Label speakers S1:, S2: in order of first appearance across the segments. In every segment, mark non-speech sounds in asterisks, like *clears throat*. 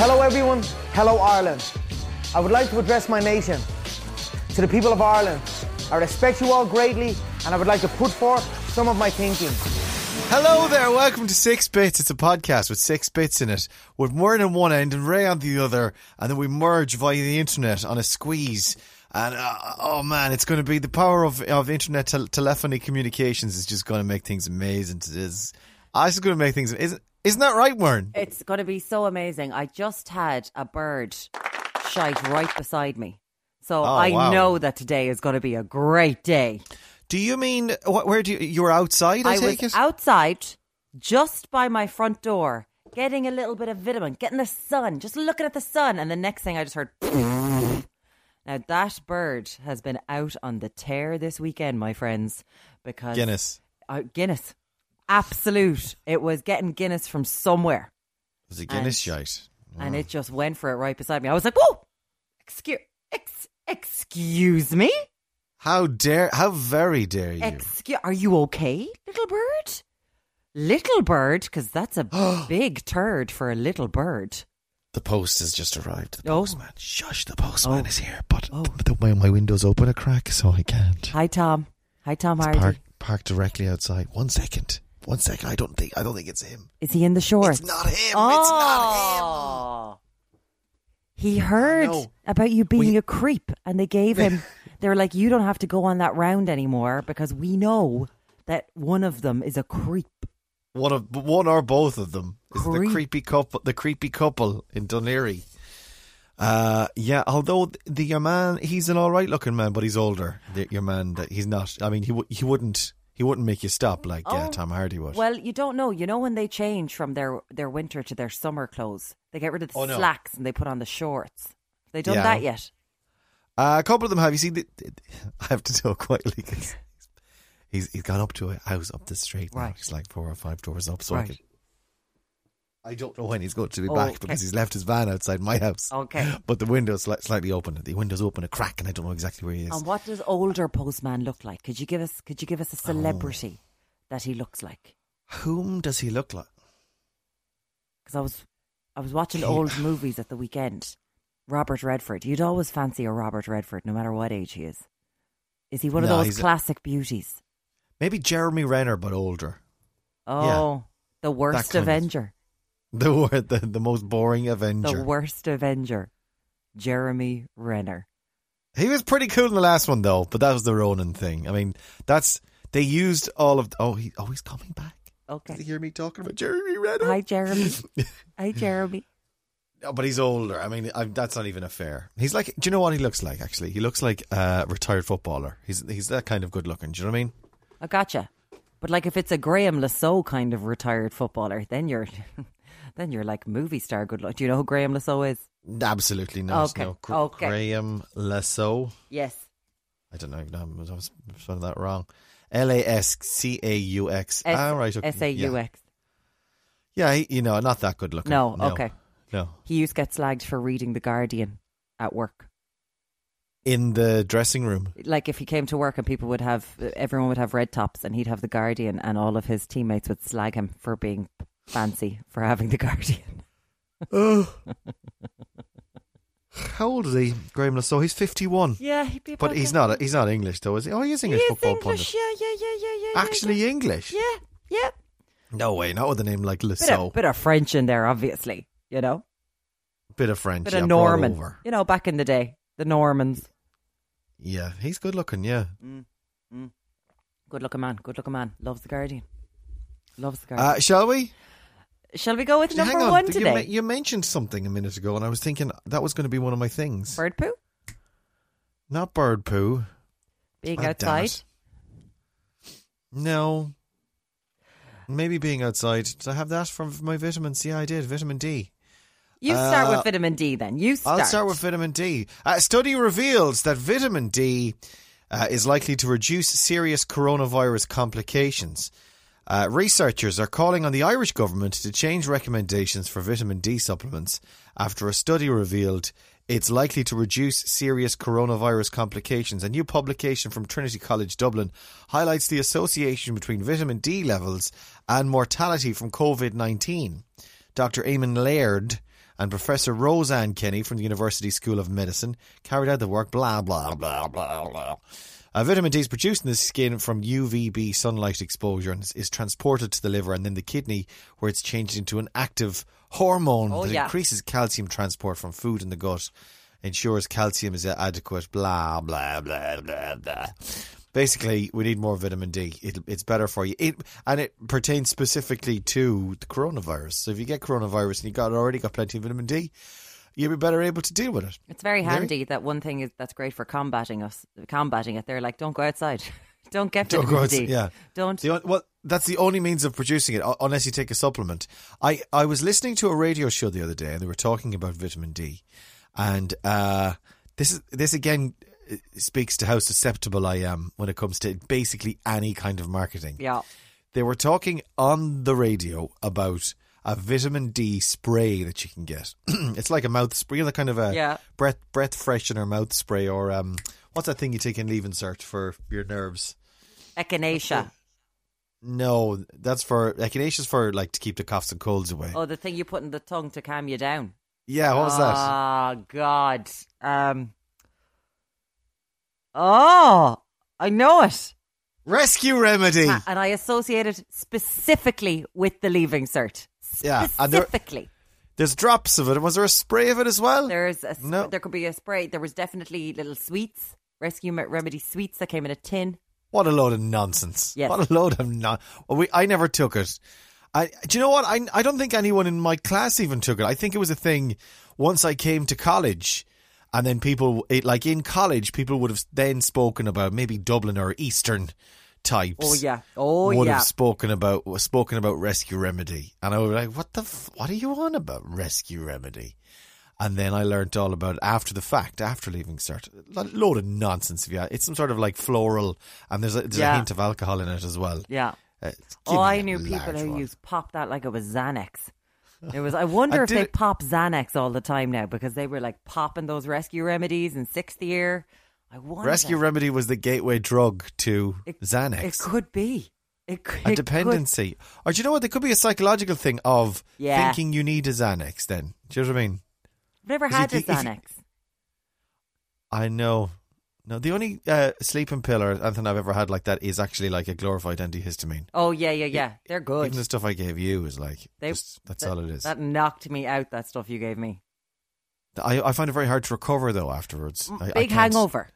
S1: Hello, everyone. Hello, Ireland. I would like to address my nation. To the people of Ireland, I respect you all greatly, and I would like to put forth some of my thinking.
S2: Hello there, welcome to Six Bits. It's a podcast with six bits in it, with Myrn on one end and Ray on the other, and then we merge via the internet on a squeeze. And uh, oh man, it's going to be the power of, of internet tel- telephony communications is just going to make things amazing. It is. Ah, It's just going to make things. Isn't, isn't that right, Myrn?
S3: It's going to be so amazing. I just had a bird shite right beside me. So I
S2: Oh, wow.
S3: know that today is going to be a great day.
S2: Do you mean wh- where do you? You were outside. I,
S3: was
S2: take it.
S3: outside just by my front door getting a little bit of vitamin, getting the sun, just looking at the sun. And the next thing I just heard. *laughs* Now that bird has been out on the tear this weekend, my friends, because
S2: Guinness.
S3: Uh, Guinness, absolute. It was getting Guinness from somewhere.
S2: It was a Guinness
S3: And-
S2: shite.
S3: and it just went for it right beside me. I was like, "Whoa, excuse, ex, excuse me,
S2: How dare? How very dare you?
S3: excuse, are you okay, little bird? Little bird, because
S2: *gasps*
S3: that's a big turd for a little bird.
S2: The post has just arrived. The
S3: Oh.
S2: postman. Shush, the postman
S3: Oh.
S2: is here. But
S3: Oh.
S2: th- th- my, my window's open a crack, so I can't.
S3: Hi, Tom. Hi, Tom
S2: It's
S3: Hardy.
S2: parked parked directly outside. One second. One second. I don't think I don't think it's him.
S3: Is he in the shorts?
S2: It's not him.
S3: Oh. He heard
S2: know.
S3: about you being
S2: We-
S3: a creep, and they
S2: *laughs*
S3: gave him. they were like, "You don't have to go on that round anymore because we know that one of them is a creep."
S2: It's not one of one or both of them is
S3: Creep.
S2: the creepy couple. The creepy couple in Dunleary. Uh, yeah. Although th- the your man, he's an all right looking man, but he's older. The, your man, that he's not. I mean, he w- he wouldn't he wouldn't make you stop like uh,
S3: Oh.
S2: Tom Hardy would.
S3: Well, you don't know. You know when they change from their their winter to their summer clothes, they get rid of the
S2: Oh, no.
S3: slacks and they put on the shorts. They done
S2: Yeah.
S3: that yet?
S2: Uh, a couple of them have. You see, the, *laughs* I have to talk quietly because he's he's gone up to a house up the street. Now.
S3: Right.
S2: He's like four or five doors up. So I,
S3: Right.
S2: can, I don't know when he's going to be
S3: Oh,
S2: back because
S3: okay. Oh.
S2: he's left his van outside my house.
S3: Okay.
S2: *gasps* But the window's sli- slightly open. The window's open a crack, and I don't know exactly where he is.
S3: And what does older postman look like? Could you give us Could you give us a
S2: Oh.
S3: celebrity that he looks like?
S2: Whom does he look like?
S3: Because I was I was watching old
S2: *sighs*
S3: movies at the weekend. Robert Redford. You'd always fancy a Robert Redford, no matter what age he is. Is he one of
S2: No,
S3: those
S2: he's a-
S3: classic beauties?
S2: Maybe Jeremy Renner, but older. *laughs*
S3: Oh, the worst
S2: kind of-
S3: Avenger.
S2: The wor- the, the most boring Avenger.
S3: The worst Avenger. Jeremy Renner.
S2: He was pretty cool in the last one though, but that was the Ronan thing. I mean, that's they used all of. Oh, he, oh, he's coming back. Does he
S3: Okay.
S2: hear me talking about Jeremy Renner? *laughs*
S3: Hi, Jeremy. Hi, Jeremy.
S2: No, but he's older. I mean, I, that's not even a fair. He's like, do you know what he looks like? Actually, he looks like a retired footballer. He's he's that kind of good looking. Do you know what I mean?
S3: I gotcha. But like, if it's a Graham Lasso kind of retired footballer, then you're, *laughs* then you're like movie star. Good luck. Do you know who Graham Lasso is?
S2: Absolutely not.
S3: Okay,
S2: No. Gr-
S3: okay.
S2: Graham Lasso.
S3: Yes.
S2: I don't know. No, I was spelling that wrong. L A S C A U X.
S3: S-
S2: Ah, right. okay,
S3: S A U X.
S2: Yeah, yeah he, you know, not that good looking.
S3: No, okay.
S2: No,
S3: He used to get slagged for reading The Guardian at work.
S2: in the dressing
S3: *laughs*
S2: room. *gasps*
S3: Like, if he came to work and people would have, everyone would have red tops, and he'd have The Guardian, and all of his teammates would slag him for being fancy for having The Guardian.
S2: Oh. How old is he, Graham Lasso? He's fifty-one.
S3: Yeah, he'd be.
S2: But he's not. He's not English, though, is he? Oh, he is English football pundit.
S3: Yeah, yeah, yeah, yeah, yeah.
S2: actually English.
S3: yeah, yeah.
S2: No way, not with a name like
S3: Bit,
S2: Lasso.
S3: of, bit of French in there, obviously. You know,
S2: Bit of French.
S3: bit
S2: yeah,
S3: of
S2: brought
S3: Norman.
S2: over.
S3: You know, back in the day, the Normans.
S2: Yeah, he's good looking. Yeah.
S3: Good looking man. Good looking man. Loves the Guardian. Loves the Guardian.
S2: Uh, shall we?
S3: Shall we go with number
S2: Hang on.
S3: one
S2: you,
S3: today?
S2: men- you mentioned something a minute ago, and I was thinking that was going to be one of my things.
S3: Bird poo
S2: Not bird poo.
S3: being
S2: Ah, damn
S3: outside.
S2: it. No. Maybe being outside. Did I have that from my vitamins? Yeah, I did. Vitamin D.
S3: You start
S2: Uh,
S3: with vitamin D, then. You start.
S2: I'll start with vitamin D. A study reveals that vitamin D uh, is likely to reduce serious coronavirus complications. Uh, researchers are calling on the Irish government to change recommendations for vitamin D supplements after a study revealed it's likely to reduce serious coronavirus complications. A new publication from Trinity College Dublin highlights the association between vitamin D levels and mortality from COVID 19. Dr. Eamon Laird, and Professor Roseanne Kenny from the University School of Medicine carried out the work. Blah, blah, blah, blah, blah. Uh, vitamin D is produced in the skin from UVB sunlight exposure and is, is transported to the liver and then the kidney, where it's changed into an active hormone
S3: Oh,
S2: that
S3: yeah.
S2: increases calcium transport from food in the gut, ensures calcium is adequate. Blah blah blah blah blah. Basically, we need more vitamin D. It, it's better for you. It and it pertains specifically to the coronavirus. So if you get coronavirus and you got already got plenty of vitamin D, you'll be better able to deal with it.
S3: It's very
S2: Very-
S3: handy that one thing is that's great for combating us, combating it. They're like, don't go outside, *laughs* don't get
S2: Don't
S3: vitamin
S2: go outs-
S3: D.
S2: yeah.
S3: don't.
S2: The on- well, that's the only means of producing it, u- unless you take a supplement. I, I was listening to a radio show the other day, and they were talking about vitamin D, and uh, this is this again uh, speaks to how susceptible I am when it comes to basically any kind of marketing.
S3: yeah,
S2: They were talking on the radio about a vitamin D spray that you can get. *clears throat* it's like a mouth spray, you know, the kind of a
S3: Yeah.
S2: breath breath freshener mouth spray, or um, what's that thing you take in leave insert for your nerves?
S3: echinacea.
S2: No, that's for echinacea's for like to keep the coughs and colds away.
S3: Oh, the thing you put in the tongue to calm you down.
S2: Yeah, what was that?
S3: Oh God. Um. Oh, I know it,
S2: Rescue remedy.
S3: Ah, and I associate it specifically with the leaving cert.
S2: Yeah, and there-
S3: Specifically,
S2: There's drops of it. Was there a spray of it as well?
S3: there is a sp-
S2: No.
S3: there could be a spray. There was definitely little sweets, rescue Me- remedy sweets that came in a tin.
S2: What a load of nonsense.
S3: Yes.
S2: What a load of non. Well, we, I never took it. I, do you know what? I, I don't think anyone in my class even took it. I think it was a thing once I came to college, and then people, it, like in college, people would have then spoken about maybe Dublin or Eastern types.
S3: Oh yeah. Oh
S2: would
S3: yeah.
S2: have spoken about spoken about rescue remedy, and I was like, "What the? F- what are you on about rescue remedy?" And then I learnt all about it after the fact, after leaving cert. Lo- load of nonsense. If you, it's some sort of like floral, and there's a, there's
S3: Yeah.
S2: a hint of alcohol in it as well.
S3: yeah.
S2: Uh, it's- give
S3: Oh,
S2: me
S3: I
S2: a
S3: knew people
S2: large
S3: who
S2: one.
S3: used pop that like it was Xanax. It was. I
S2: *laughs*
S3: wonder
S2: I
S3: if
S2: did
S3: they
S2: it-
S3: pop Xanax all the time now because they were like popping those rescue remedies in sixth year. I wonder.
S2: rescue remedy was the gateway drug to
S3: It-
S2: Xanax.
S3: It could be. It, c- it
S2: a
S3: could-
S2: dependency, or do you know what? There could be a psychological thing of
S3: Yeah.
S2: thinking you need a Xanax. Then do you know what I mean?
S3: I've never
S2: Is it
S3: had a
S2: the- is it-
S3: Xanax.
S2: I know. No, the only uh, sleeping pill or anything I've ever had like that is actually like a glorified antihistamine.
S3: Oh yeah, yeah, yeah. They're good.
S2: Even the stuff I gave you is like
S3: They-
S2: just- that's
S3: that-
S2: all it is.
S3: That knocked me out. That stuff you gave me.
S2: I, I find it very hard to recover though afterwards. I- I
S3: Mm, Big
S2: can't-
S3: hangover.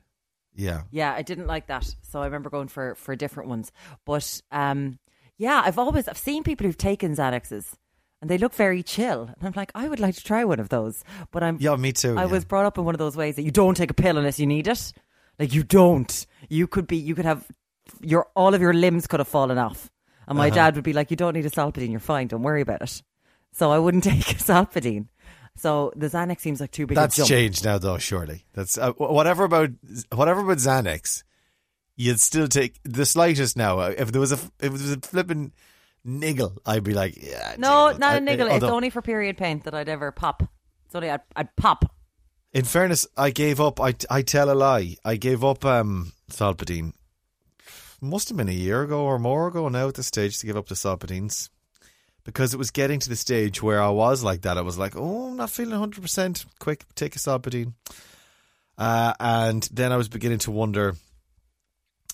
S2: Yeah,
S3: Yeah, I didn't like that. So I remember going for for different ones. But um yeah, I've always I've seen people who've taken Xanaxes and they look very chill. And I'm like, I would like to try one of those. But I'm
S2: yeah, me too. yeah.
S3: I was brought up in one of those ways that you don't take a pill unless you need it. Like you don't. You could be you could have your all of your limbs could have fallen off. And
S2: Uh-huh.
S3: my dad would be like, You don't need a salpidine, you're fine, don't worry about it. So I wouldn't *laughs* take a salpidine. So the Xanax seems like too big
S2: That's
S3: a jump.
S2: changed now though. Surely that's uh, wh- whatever about whatever about Xanax. You'd still take the slightest now. Uh, If there was a f- if there was a flipping niggle, I'd be like, yeah.
S3: No,
S2: take it.
S3: not
S2: I-
S3: a niggle.
S2: I-
S3: it's
S2: although-
S3: only for period pain that I'd ever pop. It's only I'd, I'd pop.
S2: In fairness, I gave up. I, I tell a lie. I gave up um, Salpidine. Must have been a year ago or more ago now at this stage to give up the Salpidines. Because it was getting to the stage where I was like that. I was like, oh, I'm not feeling 100%. Quick, take a Salpidine. Uh, and then I was beginning to wonder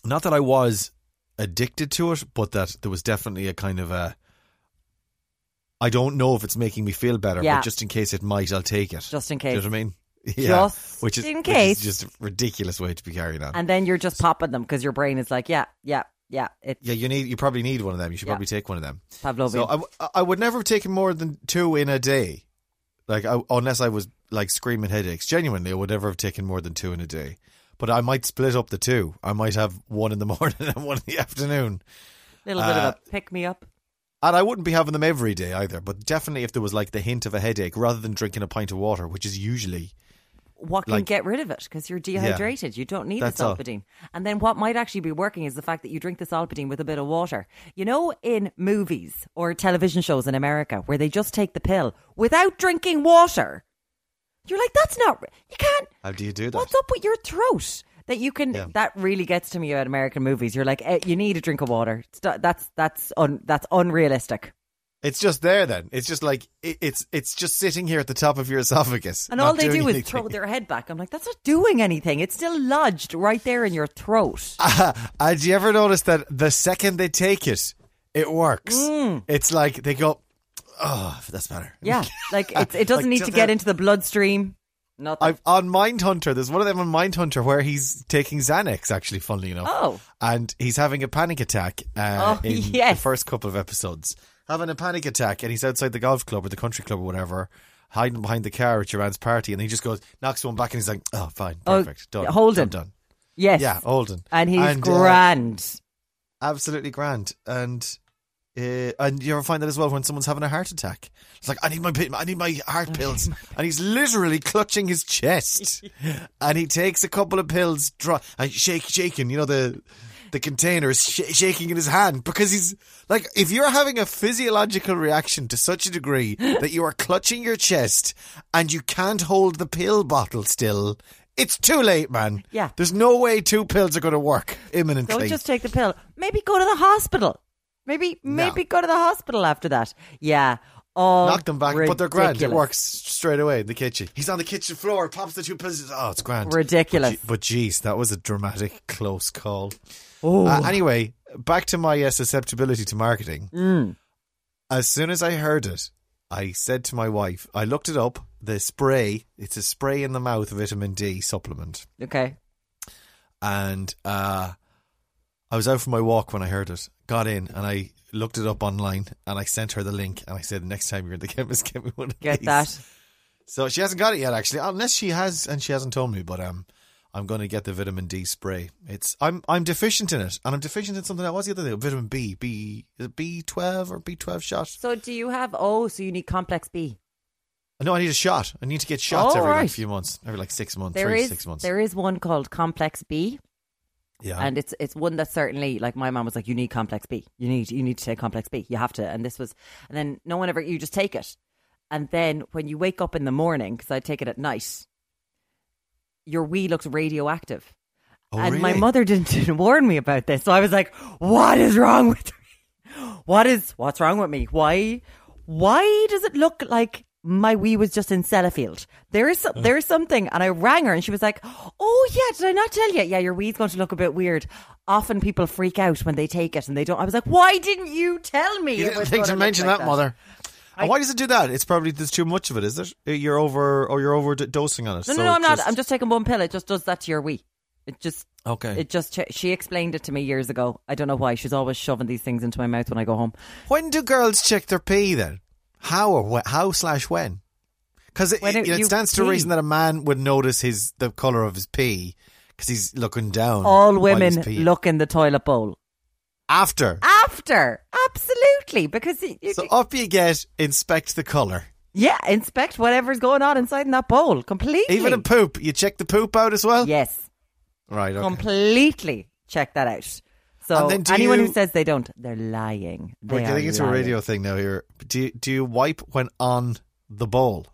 S2: not that I was addicted to it, but that there was definitely a kind of a. I don't know if it's making me feel better,
S3: Yeah.
S2: but just in case it might, I'll take it.
S3: Just in
S2: Do you know
S3: case.
S2: what I mean? *laughs*
S3: Just
S2: which is,
S3: in
S2: which
S3: case.
S2: is just a ridiculous way to be carrying on.
S3: And then you're just popping them because your brain is like, yeah, yeah, yeah. It's
S2: yeah, you need you probably need one of them. You should
S3: Yeah.
S2: probably take one of them.
S3: Pavlovian.
S2: So uh, I, w- I would never have taken more than two in a day, like I, unless I was like screaming headaches. Genuinely, I would never have taken more than two in a day. But I might split up the two. I might have one in the *laughs* morning and one in the afternoon.
S3: little bit
S2: uh,
S3: of a pick me up.
S2: And I wouldn't be having them every day either. But definitely, if there was like the hint of a headache, rather than drinking a pint of water, which is usually
S3: What can
S2: like-
S3: get rid of it? Because you're dehydrated. You don't need the
S2: That's all.
S3: salpidine. And then what might actually be working is the fact that you drink the salpidine with a bit of water. You know, in movies or television shows in America where they just take the pill without drinking water, you're like, that's not. r- You can't.
S2: how do you do that?
S3: What's up with your throat? That you can.
S2: Yeah.
S3: That really gets to me about American movies. You're like, eh, you need a drink of water. It's not- That's that's un, that's unrealistic.
S2: It's just there then. It's just like it, it's it's just sitting here at the top of your *laughs* esophagus.
S3: And
S2: not
S3: all they do
S2: doing
S3: is
S2: anything. *laughs*
S3: throw their head back. I'm like, that's not doing anything. It's still lodged right there in your throat.
S2: Uh, do you ever notice that the second they take it, it works? It's like they go, oh, that's better. *laughs*
S3: Mm. Yeah, like it, it
S2: Like,
S3: doesn't need
S2: just
S3: to get
S2: that-
S3: into the bloodstream. Nothing.
S2: I've, on Mindhunter, there's one of them on Mindhunter where he's taking Xanax, actually, funnily enough.
S3: Oh.
S2: And he's having a panic attack uh,
S3: Oh, *laughs*
S2: in
S3: yes.
S2: the first couple of episodes. Having a panic attack, and he's outside the golf club or the country club or whatever, hiding behind the car at your aunt's party, and he just goes, knocks one back, and he's like, oh, fine,
S3: Oh,
S2: perfect. done.
S3: Holden.
S2: Done. done."
S3: yes.
S2: Yeah, Holden.
S3: and he's
S2: uh,
S3: grand.
S2: absolutely grand. And uh, and you ever find that as well when someone's having a heart attack? It's like I need my pi- I need my heart
S3: *laughs*
S2: pills, and he's literally clutching his chest, and he takes a couple of pills, dry, and shake shaking. You know the the container is sh- shaking in his hand because he's like if you're having a physiological reaction to such a
S3: *laughs*
S2: degree that you are clutching your chest and you can't hold the pill bottle still. It's too late, man.
S3: Yeah.
S2: There's no way two pills are going to work imminently.
S3: Don't just take the pill. Maybe go to the hospital. Maybe maybe go to the hospital after that. Yeah. All
S2: Knock them back, but they're grand. It
S3: ridiculous.
S2: works straight away in the kitchen. He's on the kitchen floor, pops the two pills. Oh, it's grand.
S3: Ridiculous.
S2: But jeez, that was a dramatic *laughs* close call. Uh, anyway, back to my uh, susceptibility to marketing.
S3: Mm.
S2: As soon as I heard it, I said to my wife, I looked it up. The spray, it's a spray in the mouth vitamin D supplement.
S3: Okay.
S2: And uh, I was out for my walk when I heard it, got in, and I looked it up online and I sent her the link. And I said, next time you're in the chemist, *laughs* get me one of
S3: Get
S2: these.
S3: that.
S2: So she hasn't got it yet, actually. Unless she has, and she hasn't told me. But um, I'm going to get the vitamin D spray. It's I'm I'm deficient in it, and I'm deficient in something that was the other day. Vitamin B, B is it B12 or B12 shot.
S3: So do you have oh, so you need complex B.
S2: No, I need a shot. I need to get shots
S3: Oh,
S2: every like
S3: right.
S2: few months, every like six months,
S3: There
S2: three to
S3: is
S2: six months. Uh-huh.
S3: there is one called complex B
S2: yeah,
S3: and it's it's one that certainly like my mom was like you need complex B. You need you need to take complex B. You have to and this was and then no one ever you just take it. And then when you wake up in the morning cuz I take it at night your wee looks radioactive.
S2: oh,
S3: and
S2: really?
S3: my mother didn't, *laughs* didn't warn me about this. So I was like, what is wrong with me? What is, what's wrong with me? Why, why does it look like my wee was just in Sellafield? There is, so- there is something. And I rang her and she was like, oh yeah, did I not tell you? Yeah, your wee's going to look a bit weird. Often people freak out when they take it and they don't. I was like, why didn't you tell me?
S2: You
S3: it
S2: didn't
S3: was
S2: think to
S3: gonna look
S2: mention
S3: like
S2: that, mother. and why does it do that? It's probably there's too much of it, is it? You're over or you're overdosing on it. so
S3: No, no, no,
S2: it
S3: I'm not.
S2: just-
S3: I'm just taking one pill. It just does that to your wee. It just
S2: okay.
S3: It just she explained it to me years ago. I don't know why. She's always shoving these things into my mouth when I go home.
S2: When do girls check their pee then? How or wh- how slash when? Because it,
S3: When
S2: it,
S3: it-
S2: it
S3: you
S2: stands to
S3: pee.
S2: reason that a man would notice his the color of his pee because he's looking down.
S3: All
S2: while he's
S3: women
S2: peeing.
S3: look Ah, in the toilet bowl
S2: after.
S3: after, absolutely, because it, it-
S2: So oh. up you get. Inspect the color.
S3: yeah, inspect whatever's going on inside in that bowl completely.
S2: Even in poop, you check the poop out as well.
S3: yes,
S2: Right. Okay.
S3: completely check that out. So
S2: And then do
S3: anyone
S2: you-
S3: who says they don't, they're lying. They
S2: We're
S3: are
S2: getting into a
S3: lying.
S2: radio thing now here. Do you, do you wipe when on the bowl?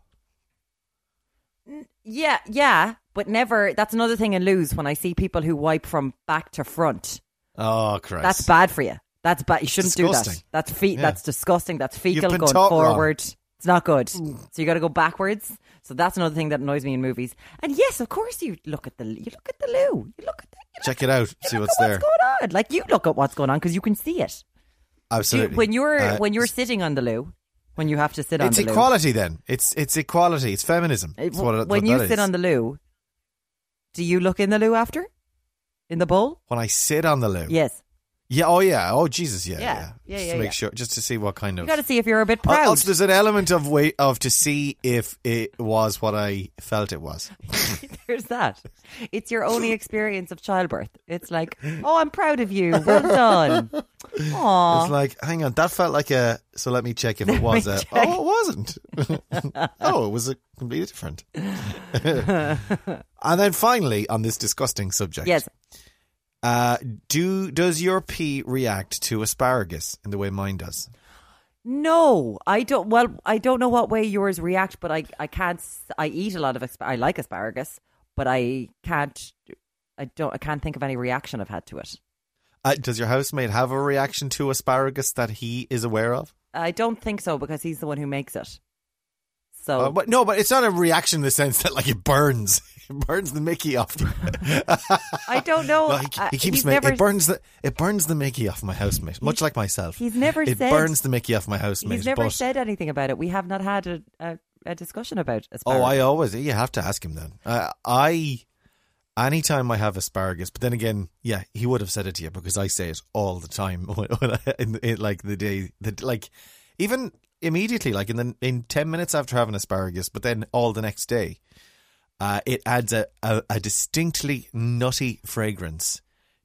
S3: Yeah, yeah, but never. That's another thing in lose when I see people who wipe from back to front.
S2: Oh Christ!
S3: That's bad for you. That's bad. You shouldn't do
S2: Disgusting.
S3: that. That's fe-
S2: Yeah.
S3: That's disgusting. That's fecal
S2: been
S3: going
S2: taught wrong. Mm.
S3: forward. It's not good. So you got to go backwards. So that's another thing that annoys me in movies. And yes, of course you look at the you look at the loo. You look at the, you
S2: Check it out. See
S3: look
S2: what's
S3: at
S2: there.
S3: what's going on. Like you look at what's going on because you can see it. Do you-
S2: Absolutely.
S3: when you're
S2: Uh,
S3: when you're sitting on the loo, when you have to sit on
S2: it's
S3: the loo.
S2: equality then. It's it's equality. It's feminism.
S3: It-
S2: It's what, it-
S3: when
S2: what
S3: you
S2: that
S3: sit
S2: is.
S3: on the loo, do you look in the loo after? In the bowl?
S2: when I sit on the loo.
S3: Yes.
S2: Yeah. Oh, yeah. Oh, Jesus. Yeah. Yeah.
S3: Yeah. Yeah,
S2: just
S3: yeah,
S2: to make
S3: yeah.
S2: sure, just to see what kind
S3: You
S2: of.
S3: got to see if you're a bit proud.
S2: also, there's an element of way of to see if it was what I felt it was.
S3: *laughs* There's that. It's
S2: *laughs*
S3: your only experience of childbirth. It's like, oh, I'm proud of you. Well done.
S2: *laughs* It's
S3: Aww.
S2: like, hang on, that felt like a. So let me check if it was a.
S3: check.
S2: Oh, it wasn't. *laughs* oh, it was a completely different. *laughs* and then finally, on this disgusting subject,
S3: Yes.
S2: uh, do does your pee react to asparagus in the way mine does?
S3: No, I don't. Well, I don't know what way yours react, but I, I can't. s- I eat a lot of. Asp- I like asparagus, but I can't. I don't. I can't think of any reaction I've had to it.
S2: Uh, does your housemate have a reaction to asparagus that he is aware of?
S3: I don't think so because he's the one who makes it. So
S2: Uh, but no, but it's not a reaction in the sense that like it burns, *laughs* it burns the Mickey off.
S3: I
S2: *laughs*
S3: don't know.
S2: No, he,
S3: uh,
S2: he keeps
S3: he's
S2: ma-
S3: never,
S2: it burns the it burns the Mickey off my housemate, much like myself.
S3: he's never
S2: it
S3: said-
S2: burns the Mickey off my housemate.
S3: He's never
S2: but-
S3: said anything about it. We have not had a, a, a discussion about
S2: Oh,
S3: asparagus.
S2: I always you have to ask him then. Uh, I anytime I have asparagus, but then again, yeah, he would have said it to you because I say it all the time *laughs* when, when I, in, in, like the day that like even immediately like in the in 10 minutes after having asparagus, but then all the next day. Uh, it adds a, a, a distinctly nutty fragrance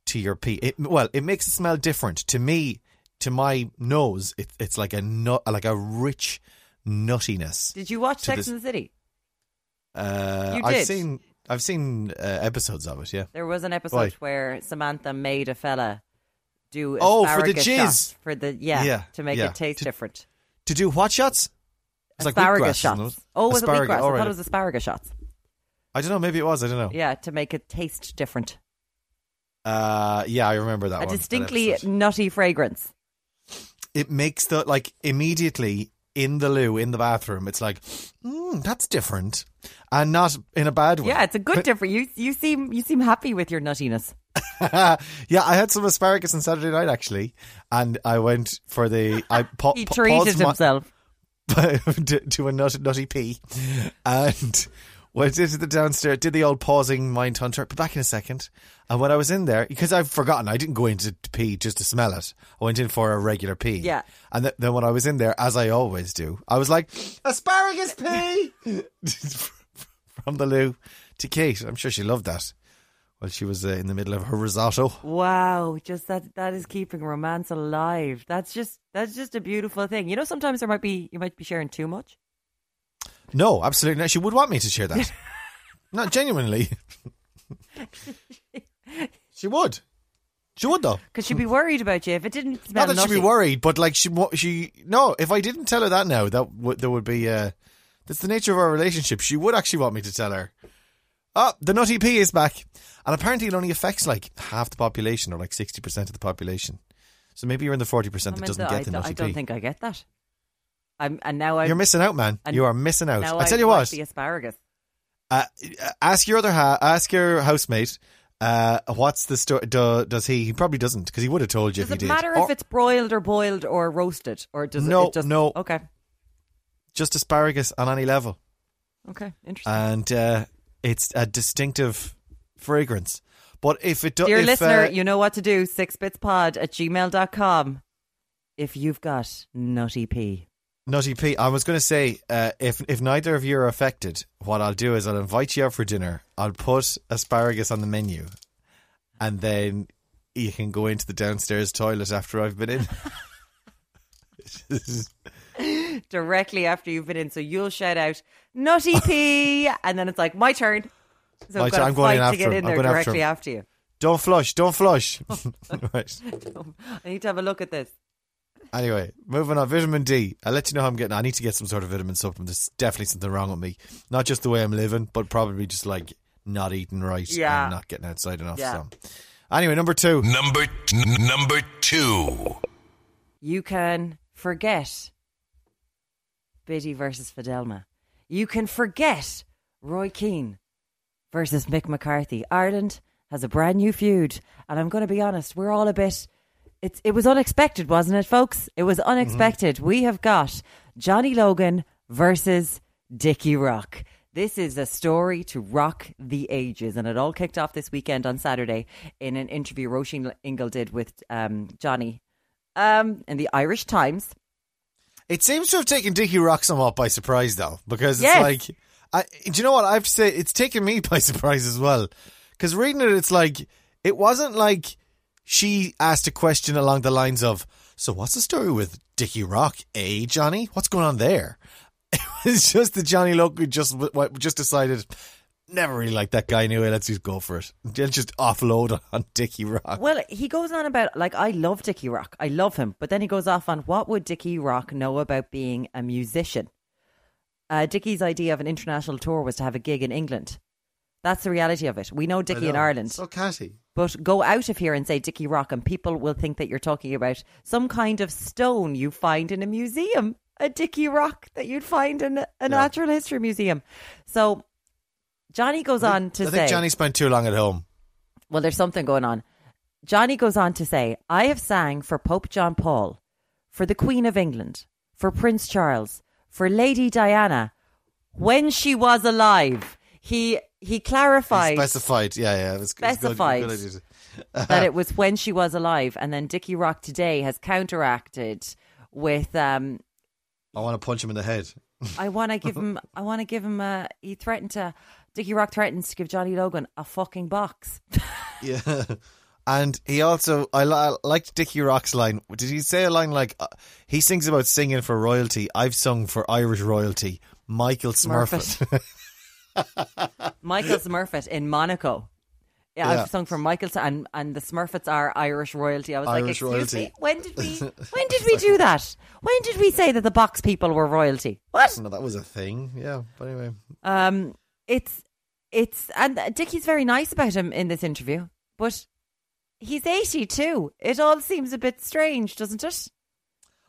S2: to your pee. It, well, it makes it smell different to me. To my nose, it, it's like a nut, like a rich nuttiness.
S3: Did you watch
S2: To
S3: Sex
S2: this-
S3: and the City?
S2: Uh,
S3: You
S2: I've
S3: did.
S2: seen I've seen uh, episodes of it. Yeah.
S3: There was an episode
S2: Why?
S3: where Samantha made a fella do
S2: Oh, for the
S3: asparagus
S2: jizz.
S3: shots for the yeah,
S2: Yeah,
S3: to make
S2: yeah.
S3: it taste
S2: To-
S3: different.
S2: To do what shots? It's
S3: asparagus
S2: wheatgrass, isn't
S3: shots.
S2: it?
S3: Oh, was
S2: Asparagus,
S3: it wheatgrass?
S2: all
S3: I
S2: right.
S3: thought it was asparagus shots.
S2: I don't know. Maybe it was. I don't know. Yeah.
S3: Yeah, to make it taste different.
S2: Uh, yeah, I remember that.
S3: a
S2: one, that
S3: distinctly
S2: episode.
S3: nutty fragrance.
S2: it makes the like immediately in the loo in the bathroom. It's like, mm, that's different, and not in a bad way.
S3: Yeah, it's a good different. You you seem you seem happy with your nuttiness.
S2: *laughs* yeah, I had some asparagus on Saturday night actually, and I went for the I pa-
S3: *laughs* He
S2: pa-
S3: treated
S2: paused my-
S3: himself.
S2: *laughs* to, to a nut, nutty pee and went into the downstairs, did the old pausing mind hunter, but back in a second. And when I was in there, because I've forgotten, I didn't go in to pee just to smell it. I went in for a regular pee.
S3: Yeah.
S2: And th- then when I was in there, as I always do, I was like, asparagus pee *laughs* from the loo to Kate. I'm sure she loved that. Well, she was uh, in the middle of her risotto.
S3: Wow, just that that is keeping romance alive. That's just that's just a beautiful thing. You know, sometimes there might be you might be sharing too much.
S2: No, absolutely not. She would want me to share
S3: *laughs*
S2: that. not genuinely. she would. She would though.
S3: Because she'd be worried about you if it didn't smell
S2: Not that she'd be
S3: nutty.
S2: worried, but like she, wa- she. No, if I didn't tell her that now, that would there would be. Uh, that's the nature of our relationship. She would actually want me to tell her. Oh, the nutty pea is back, and apparently it only affects like half the population, or like sixty percent of the population. So maybe you're in the forty percent
S3: I'm
S2: that
S3: in
S2: doesn't
S3: the- I,
S2: get the
S3: do-
S2: nutty
S3: I don't
S2: pea.
S3: think I get that. I'm and now I
S2: You're missing out, man.
S3: And
S2: You are missing out.
S3: now
S2: I tell
S3: I've
S2: you
S3: liked
S2: what.
S3: the asparagus.
S2: Uh, ask your other ha- ask your housemate. Uh, what's the story? Do- does he? He probably doesn't because he would have told you
S3: Does
S2: if he did.
S3: it matter
S2: Or
S3: if it's broiled or boiled or roasted or does it,
S2: No,
S3: it just
S2: no.
S3: okay
S2: just asparagus on any level,
S3: okay interesting.
S2: and uh, it's a distinctive fragrance. But if it does,
S3: Dear
S2: if,
S3: listener,
S2: uh,
S3: you know what to do. Sixbitspod at gmail.com. If you've got nutty pee.
S2: Nutty P, I was going to say uh, if if neither of you are affected, what I'll do is I'll invite you out for dinner. I'll put asparagus on the menu, and then you can go into the downstairs toilet after I've been in. *laughs*
S3: directly after you've been in. So you'll shout out "Nutty
S2: *laughs*
S3: P," and then it's like my turn. So
S2: My
S3: I've got
S2: turn.
S3: to
S2: I'm going in
S3: fight
S2: after
S3: to get
S2: him.
S3: in
S2: I'm
S3: there
S2: going after
S3: directly
S2: him.
S3: after you.
S2: Don't flush, don't flush. *laughs* right.
S3: I need to have a look at this.
S2: Anyway, moving on. Vitamin D. I'll let you know how I'm getting. I need to get some sort of vitamin supplement. There's definitely something wrong with me. Not just the way I'm living, but probably just like not eating right
S3: Yeah.
S2: and not getting outside enough.
S3: Yeah.
S2: So. Anyway, number two.
S4: Number n- number two.
S3: You can forget Biddy versus Fidelma. You can forget Roy Keane versus Mick McCarthy. Ireland has a brand new feud, and I'm going to be honest, we're all a bit. It's it was unexpected, wasn't it, folks? It was unexpected. We have got Johnny Logan versus Dickie Rock. This is a story to rock the ages, and it all kicked off this weekend on Saturday in an interview Roisin Ingle did with um, Johnny um, in the Irish Times.
S2: It seems to have taken Dickie Rock somewhat by surprise, though, because
S3: Yes.
S2: it's like, I, do you know what I have to say? It's taken me *laughs* by surprise as well, because reading it, it's like it wasn't like she asked a question along the lines of, "So what's the story with Dickie Rock, eh, Johnny? What's going on there?" *laughs* It was just that Johnny Logan just w- w- just decided. Never really liked that guy anyway. Let's just go for it. *laughs* Let's just offload *laughs* on Dickie Rock.
S3: Well, he goes on about like I love Dickie Rock. I love him. But then he goes off on what would Dickie Rock know about being a musician? Uh, Dickie's idea of an international tour was to have a gig in England. That's the reality of it. We know Dickie in Ireland,
S2: So catty.
S3: But go out of here and say Dicky Rock, and people will think that you're talking about some kind of stone you find in a museum, a Dicky Rock that you'd find in a a natural history museum. So Johnny goes on to
S2: I
S3: say,
S2: think Johnny spent too long at home.
S3: well, there's something going on. Johnny goes on to say, I have sang for Pope John Paul, for the Queen of England, for Prince Charles, for Lady Diana when she was alive. He he clarified
S2: Specified, yeah, yeah. It's,
S3: Specified.
S2: It's good, good idea.
S3: that it was when she was alive and then Dickie Rock today has counteracted with um
S2: I want to punch him in the head.
S3: I want to give him I want to give him a he threatened to Dickie Rock threatens to give Johnny Logan a fucking box.
S2: Yeah. And he also, I, li- I liked Dickie Rock's line. Did he say a line like, uh, he sings about singing for royalty. I've sung for Irish royalty. Michael Smurfit.
S3: *laughs* Michael Smurfit in Monaco. Yeah, I've sung for Michael Sm- and and the Smurfits are Irish royalty. I was like,
S2: Irish
S3: excuse
S2: royalty.
S3: me, when did
S2: *laughs*
S3: we when did we do that? When did we say that the box people were royalty? What?
S2: no, that was a thing. Yeah. But anyway.
S3: Um, it's it's and Dickie's very nice about him in this interview, but he's eighty two. It all seems a bit strange, doesn't it?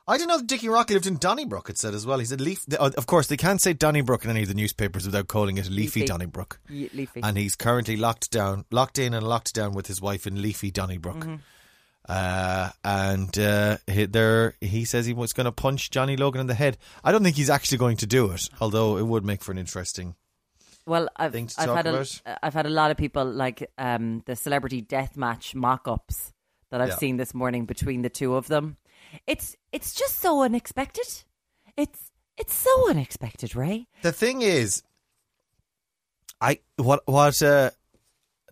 S2: I didn't know that Dickie Rock lived in Donnybrook, it said as well. He said, Leaf. th- Of course, they can't say Donnybrook in any of the newspapers without calling it Leafy
S3: Leafy.
S2: Donnybrook.
S3: Ye- Leafy.
S2: And he's currently locked down, locked in and locked down with his wife in Leafy Donnybrook. Uh, and uh, he, there, he says he was going to punch Johnny Logan in the head. I don't think he's actually going to do it, although it would make for an interesting.
S3: Well, I've,
S2: thing to
S3: I've
S2: talk
S3: had
S2: about.
S3: a, I've had a lot of people like um, the celebrity death match mock-ups that I've
S2: Yeah.
S3: seen this morning between the two of them. It's it's just so unexpected. It's it's so unexpected, Ray.
S2: The thing is, I what what uh,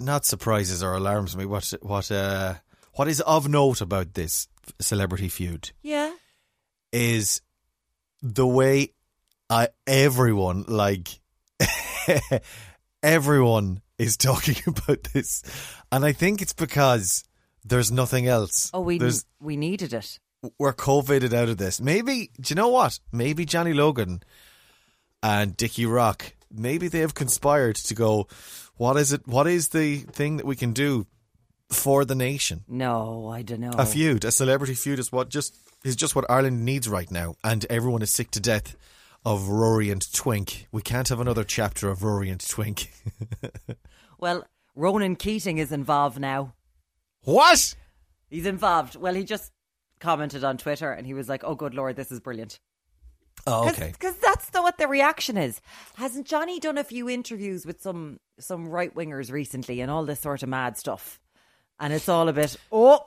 S2: not surprises or alarms me. What what uh, what is of note about this celebrity feud?
S3: Yeah,
S2: is the way I everyone like *laughs* everyone is talking *laughs* about this, and I think it's because there's nothing else.
S3: Oh, we
S2: there's,
S3: we needed it.
S2: we're covided out of this. Maybe do you know what? Maybe Johnny Logan and Dickie Rock. Maybe they have conspired to go. What is it? What is the thing that we can do for the nation?
S3: No, I don't know.
S2: A feud, a celebrity feud, is what just is just what Ireland needs right now, and everyone is sick to death of Rory and Twink. We can't have another chapter of Rory and Twink. *laughs*
S3: Well, Ronan Keating is involved now.
S2: what?
S3: He's involved. Well, he just commented on Twitter and he was like, "Oh, good lord, this is brilliant."
S2: Oh, okay.
S3: Because that's the, what the reaction is. Hasn't Johnny done a few interviews with some some right wingers recently and all this sort of mad stuff? And it's all a bit. Oh,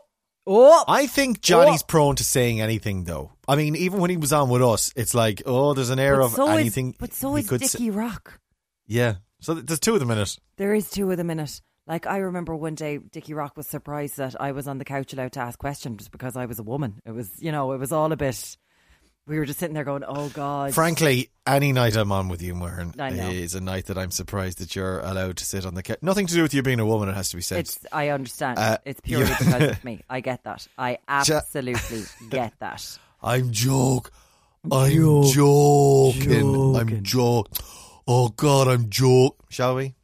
S3: oh,
S2: I think Johnny's prone to saying anything, though. I mean, even when he was on with us, it's like, oh, there's an air
S3: but
S2: of
S3: so
S2: anything.
S3: Is, but so
S2: he
S3: is
S2: could
S3: Dickie
S2: say-
S3: Rock.
S2: yeah. So th- there's two of them in it.
S3: There is two of them in it. Like I remember one day, Dickie Rock was surprised that I was on the couch allowed to ask questions because I was a woman. It was, you know, it was all a bit. We were just sitting there going, "Oh God!"
S2: Frankly, any night I'm on with you, Myrne,
S3: I know.
S2: is a night that I'm surprised that you're allowed to sit on the couch. Nothing to do with you being a woman, it has to be said.
S3: It's I understand.
S2: Uh,
S3: it's purely
S2: you- *laughs*
S3: because of me. I get that. I absolutely get that.
S2: I'm joke. I'm joking. I'm joke. Oh God, I'm joke. Shall we?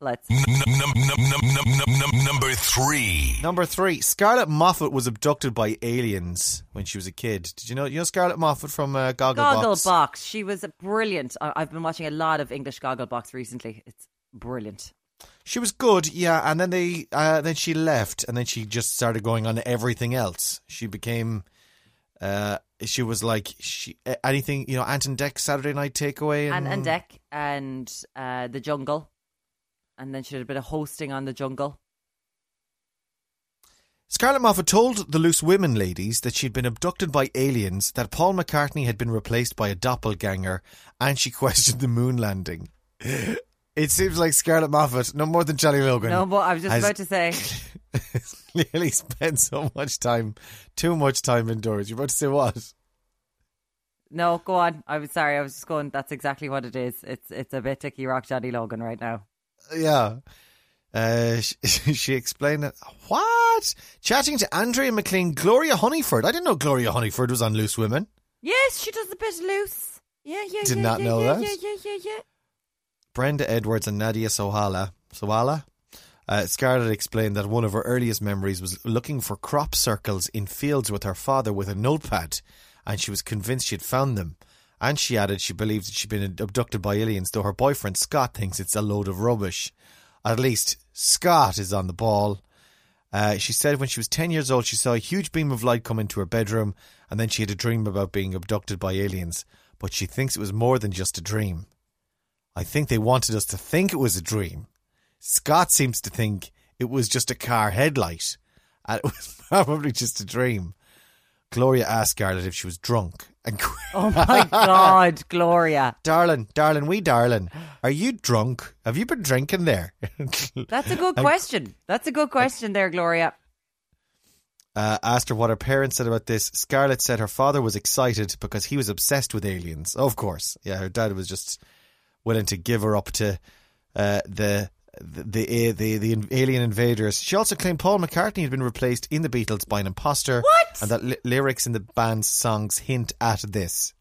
S3: Let's
S4: Num- num- num- num- num- num- num- Number three.
S2: Number three. Scarlett Moffat was abducted by aliens when she was a kid. Did you know? You know Scarlett Moffat from uh, Gogglebox.
S3: Gogglebox. She was brilliant. I- I've been watching a lot of English Gogglebox recently. It's brilliant.
S2: She was good, yeah. And then they, uh, then she left, and then she just started going on everything else. She became, uh, she was like she a- anything, you know, Ant and Deck Saturday Night Takeaway,
S3: And
S2: and,
S3: and Deck and uh, the Jungle, and then she did a bit of hosting on the Jungle.
S2: Scarlett Moffat told the Loose Women ladies that she'd been abducted by aliens, that Paul McCartney had been replaced by a doppelganger, and she *laughs* questioned the moon landing. It seems like Scarlett Moffat, no more than Johnny Logan,
S3: No,
S2: *laughs*
S3: but I was just
S2: has-
S3: about to say. *laughs*
S2: clearly spent so much time, too much time indoors. You're about to say what?
S3: No, go on. I was sorry. I was just going. That's exactly what it is. It's it's a bit Dickie Rock Johnny Logan right now.
S2: Yeah. Uh, she, *laughs* she explained that. What? Chatting to Andrea McLean, Gloria Honeyford. I didn't know Gloria Honeyford was on Loose Women.
S3: Yes, she does a bit loose. Yeah, yeah.
S2: Did
S3: yeah,
S2: not
S3: yeah,
S2: know
S3: yeah,
S2: that. *laughs*
S3: Yeah, yeah, yeah, yeah.
S2: Brenda Edwards and Nadia Sohala. Sohala? Uh, Scarlett explained that one of her earliest memories was looking for crop circles in fields with her father with a notepad, and she was convinced she'd found them. And she added she believed that she'd been abducted by aliens, though her boyfriend Scott thinks it's a load of rubbish. At least Scott is on the ball. Uh, she said when she was 10 years old, she saw a huge beam of light come into her bedroom, and then she had a dream about being abducted by aliens. But she thinks it was more than just a dream. I think they wanted us to think it was a dream. Scott seems to think it was just a car headlight, and it was *laughs* probably just a dream. Gloria asked Scarlett if she was drunk, and *laughs*
S3: Oh my God, Gloria.
S2: darling, darling, wee darling, are you drunk? Have you been drinking there? *laughs*
S3: That's a good question. That's a good question there, Gloria.
S2: uh, asked her what her parents said about this. Scarlett said her father was excited because he was obsessed with aliens. Oh, Of course, yeah, her dad was just willing to give her up to uh, the. The, the the the alien invaders. She also claimed Paul McCartney had been replaced in the Beatles by an imposter,
S3: What?
S2: and that li- lyrics in the band's songs hint at this.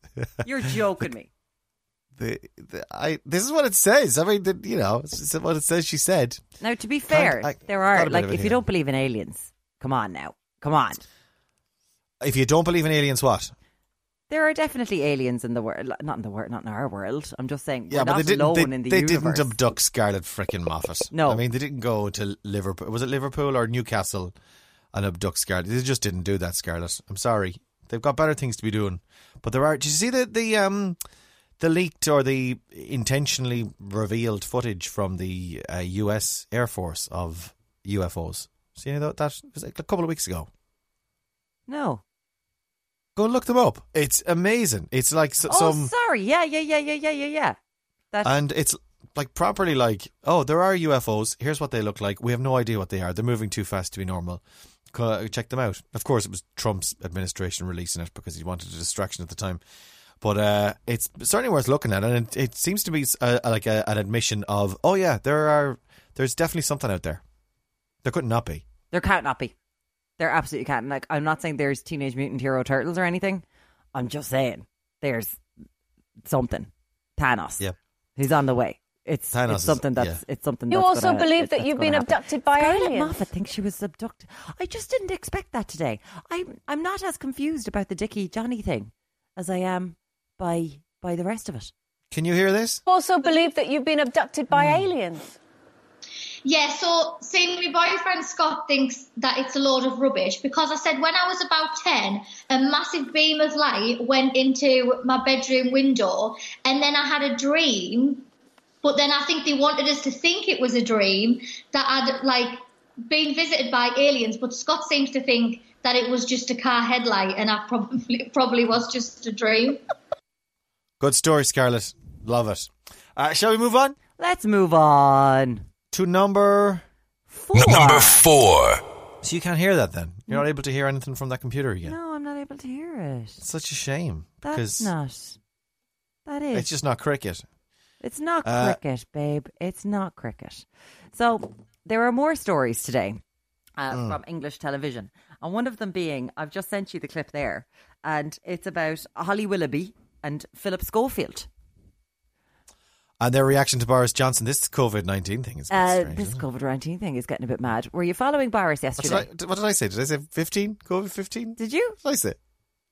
S3: You're joking me.
S2: The, the I this is what it says. I mean, the, you know, it's what it says. She said.
S3: Now, to be fair,
S2: I-
S3: there
S2: got a
S3: are
S2: bit
S3: like
S2: of
S3: if
S2: it
S3: you
S2: here.
S3: don't believe in aliens, come on now, come on.
S2: If you don't believe in aliens, what?
S3: There are definitely aliens in the world, not in the world, not in our world. I'm just saying, we're
S2: Yeah, but
S3: not
S2: they didn't.
S3: alone
S2: They,
S3: in the
S2: they
S3: universe.
S2: didn't abduct Scarlett frickin' Moffat.
S3: No.
S2: I mean they didn't go to Liverpool. Was it Liverpool or Newcastle and abduct Scarlett? They just didn't do that, Scarlett. I'm sorry, they've got better things to be doing. But there are. Did you see the the um the leaked or the intentionally revealed footage from the uh, U.S. Air Force of UFOs? See any of that? That was like a couple of weeks ago.
S3: no.
S2: Go and look them up. It's amazing. It's like s-
S3: Oh,
S2: some
S3: sorry. Yeah, yeah, yeah, yeah, yeah, yeah, yeah. That
S2: and it's like properly like oh there are UFOs here's what they look like we have no idea what they are they're moving too fast to be normal Co- check them out of course it was Trump's administration releasing it because he wanted a distraction at the time but uh, it's certainly worth looking at and it, it seems to be uh like a, an admission of oh yeah there are there's definitely something out there there couldn't not be
S3: there can't not be. There absolutely can't. Like, I'm not saying there's Teenage Mutant Hero Turtles or anything. I'm just saying there's something. Thanos.
S2: Yeah.
S3: He's on the way. It's,
S2: Thanos
S3: it's
S2: is-
S3: something that's
S2: yeah.
S3: it's something.
S5: You
S3: that's
S5: also
S3: gonna-
S5: believe that
S3: that's
S5: you've
S3: gonna
S5: been
S3: happen.
S5: abducted by
S3: Scarlett
S5: aliens.
S3: Moffat thinks she was abducted. I just didn't expect that today. I'm I'm not as confused about the Dickie Johnny thing as I am by by the rest of it.
S2: can you hear this
S5: also believe that you've been abducted by aliens.
S6: Yeah, so saying my boyfriend Scott thinks that it's a load of rubbish because I said when I was about 10, a massive beam of light went into my bedroom window and then I had a dream, but then I think they wanted us to think it was a dream that I'd like been visited by aliens, but Scott seems to think that it was just a car headlight and I *laughs* probably it probably was just a dream.
S2: good story Scarlett love it uh, shall we move on
S3: Let's move on.
S2: to number
S3: Four.
S4: Number four.
S2: so you can't hear that then you're not able to hear anything from that computer again
S3: No, I'm not able to hear it.
S2: It's such a shame
S3: That's
S2: because
S3: not. That is.
S2: it's just not cricket.
S3: It's not
S2: Uh,
S3: cricket, babe. It's not cricket. So there are more stories today uh,
S2: Mm.
S3: from English television, and one of them being I've just sent you the clip there, and it's about Holly Willoughby and Philip Schofield.
S2: And their reaction to Boris Johnson, this COVID nineteen thing is a bit
S3: Uh,
S2: strange.
S3: this
S2: isn't it?
S3: COVID nineteen thing is getting a bit mad. Were you following Boris
S2: What
S3: yesterday?
S2: did, I, did- what did I say? Did I say fifteen? COVID fifteen? What
S3: Did you?
S2: did I say?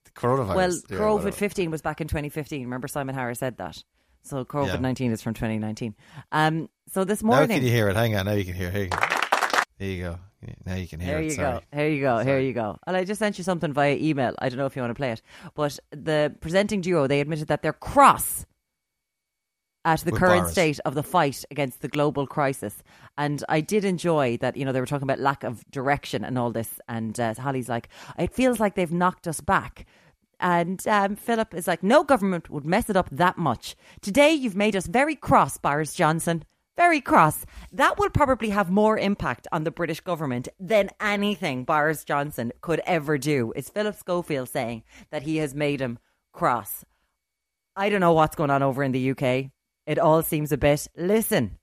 S2: The coronavirus.
S3: Well,
S2: Yeah, whatever.
S3: COVID fifteen was back in twenty fifteen. Remember Simon Harris said that. So COVID nineteen is from twenty nineteen. Um. So this
S2: Now
S3: morning,
S2: can you hear it? Hang on. Now you can hear. Here you go. There you go. Now you can hear
S3: There
S2: it.
S3: you
S2: Sorry.
S3: go. Here you go. Here you go. And I just sent you something via email. I don't know if you want to play it, but the presenting duo they admitted that they're cross at the
S2: With
S3: current
S2: Boris.
S3: state of the fight against the global crisis. And I did enjoy that. You know, they were talking about lack of direction and all this. And uh, Holly's like, it feels like they've knocked us back. And um, Philip is like, no government would mess it up that much. Today, you've made us very cross, Boris Johnson. Very cross. That will probably have more impact on the British government than anything Boris Johnson could ever do. Is Philip Schofield saying that he has made him cross? I don't know what's going on over in the UK. It all seems a bit. Listen,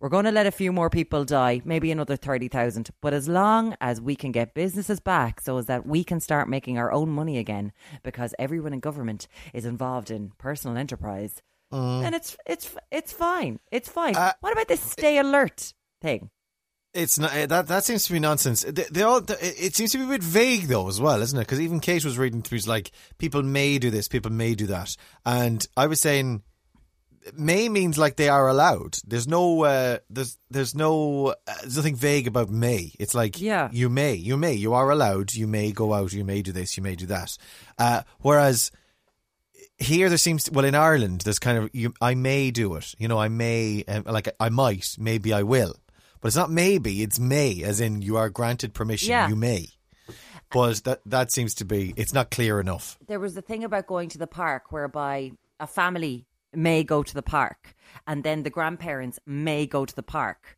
S3: we're going to let a few more people die, maybe another 30,000. But as long as we can get businesses back so as that we can start making our own money again, because everyone in government is involved in personal enterprise, then it's, it's, it's fine. It's fine.
S2: Uh,
S3: what about this stay alert thing?
S2: It's not eh, that. That seems to be nonsense. They, they all. th- It seems to be a bit vague, though, as well, isn't it? Because even Kate was reading through like people may do this, people may do that, and I was saying may means like they are allowed. There's no. Uh, there's there's no. Uh, there's nothing vague about may. It's like
S3: Yeah.
S2: you may, you may, you are allowed. You may go out. You may do this. You may do that. Uh, whereas here there seems to, well in Ireland there's kind of you, I may do it you know I may um, like I might maybe I will but it's not maybe it's may as in you are granted permission
S3: Yeah.
S2: you may but that that seems to be it's not clear enough
S3: there was the thing about going to the park whereby a family may go to the park and then the grandparents may go to the park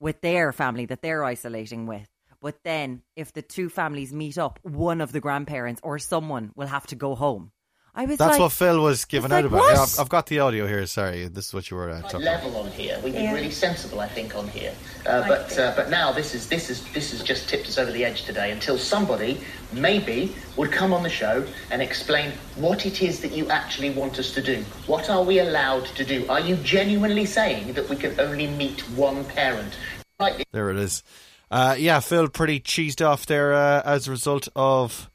S3: with their family that they're isolating with. But then if the two families meet up, one of the grandparents or someone will have to go home. I was
S2: that's
S3: like,
S2: what Phil was giving out
S3: like,
S2: about
S3: what?
S2: Yeah, I've, I've got the audio here sorry this is what you were uh, talking about
S7: level on here. We've
S5: Yeah.
S7: been really sensible, I think, on here. Uh, but uh, but now this is this is this has just tipped us over the edge today. Until somebody maybe would come on the show and explain what it is that you actually want us to do. What are we allowed to do? Are you genuinely saying that we can only meet one parent? Like
S2: there it is uh, yeah Phil pretty cheesed off there uh, as a result of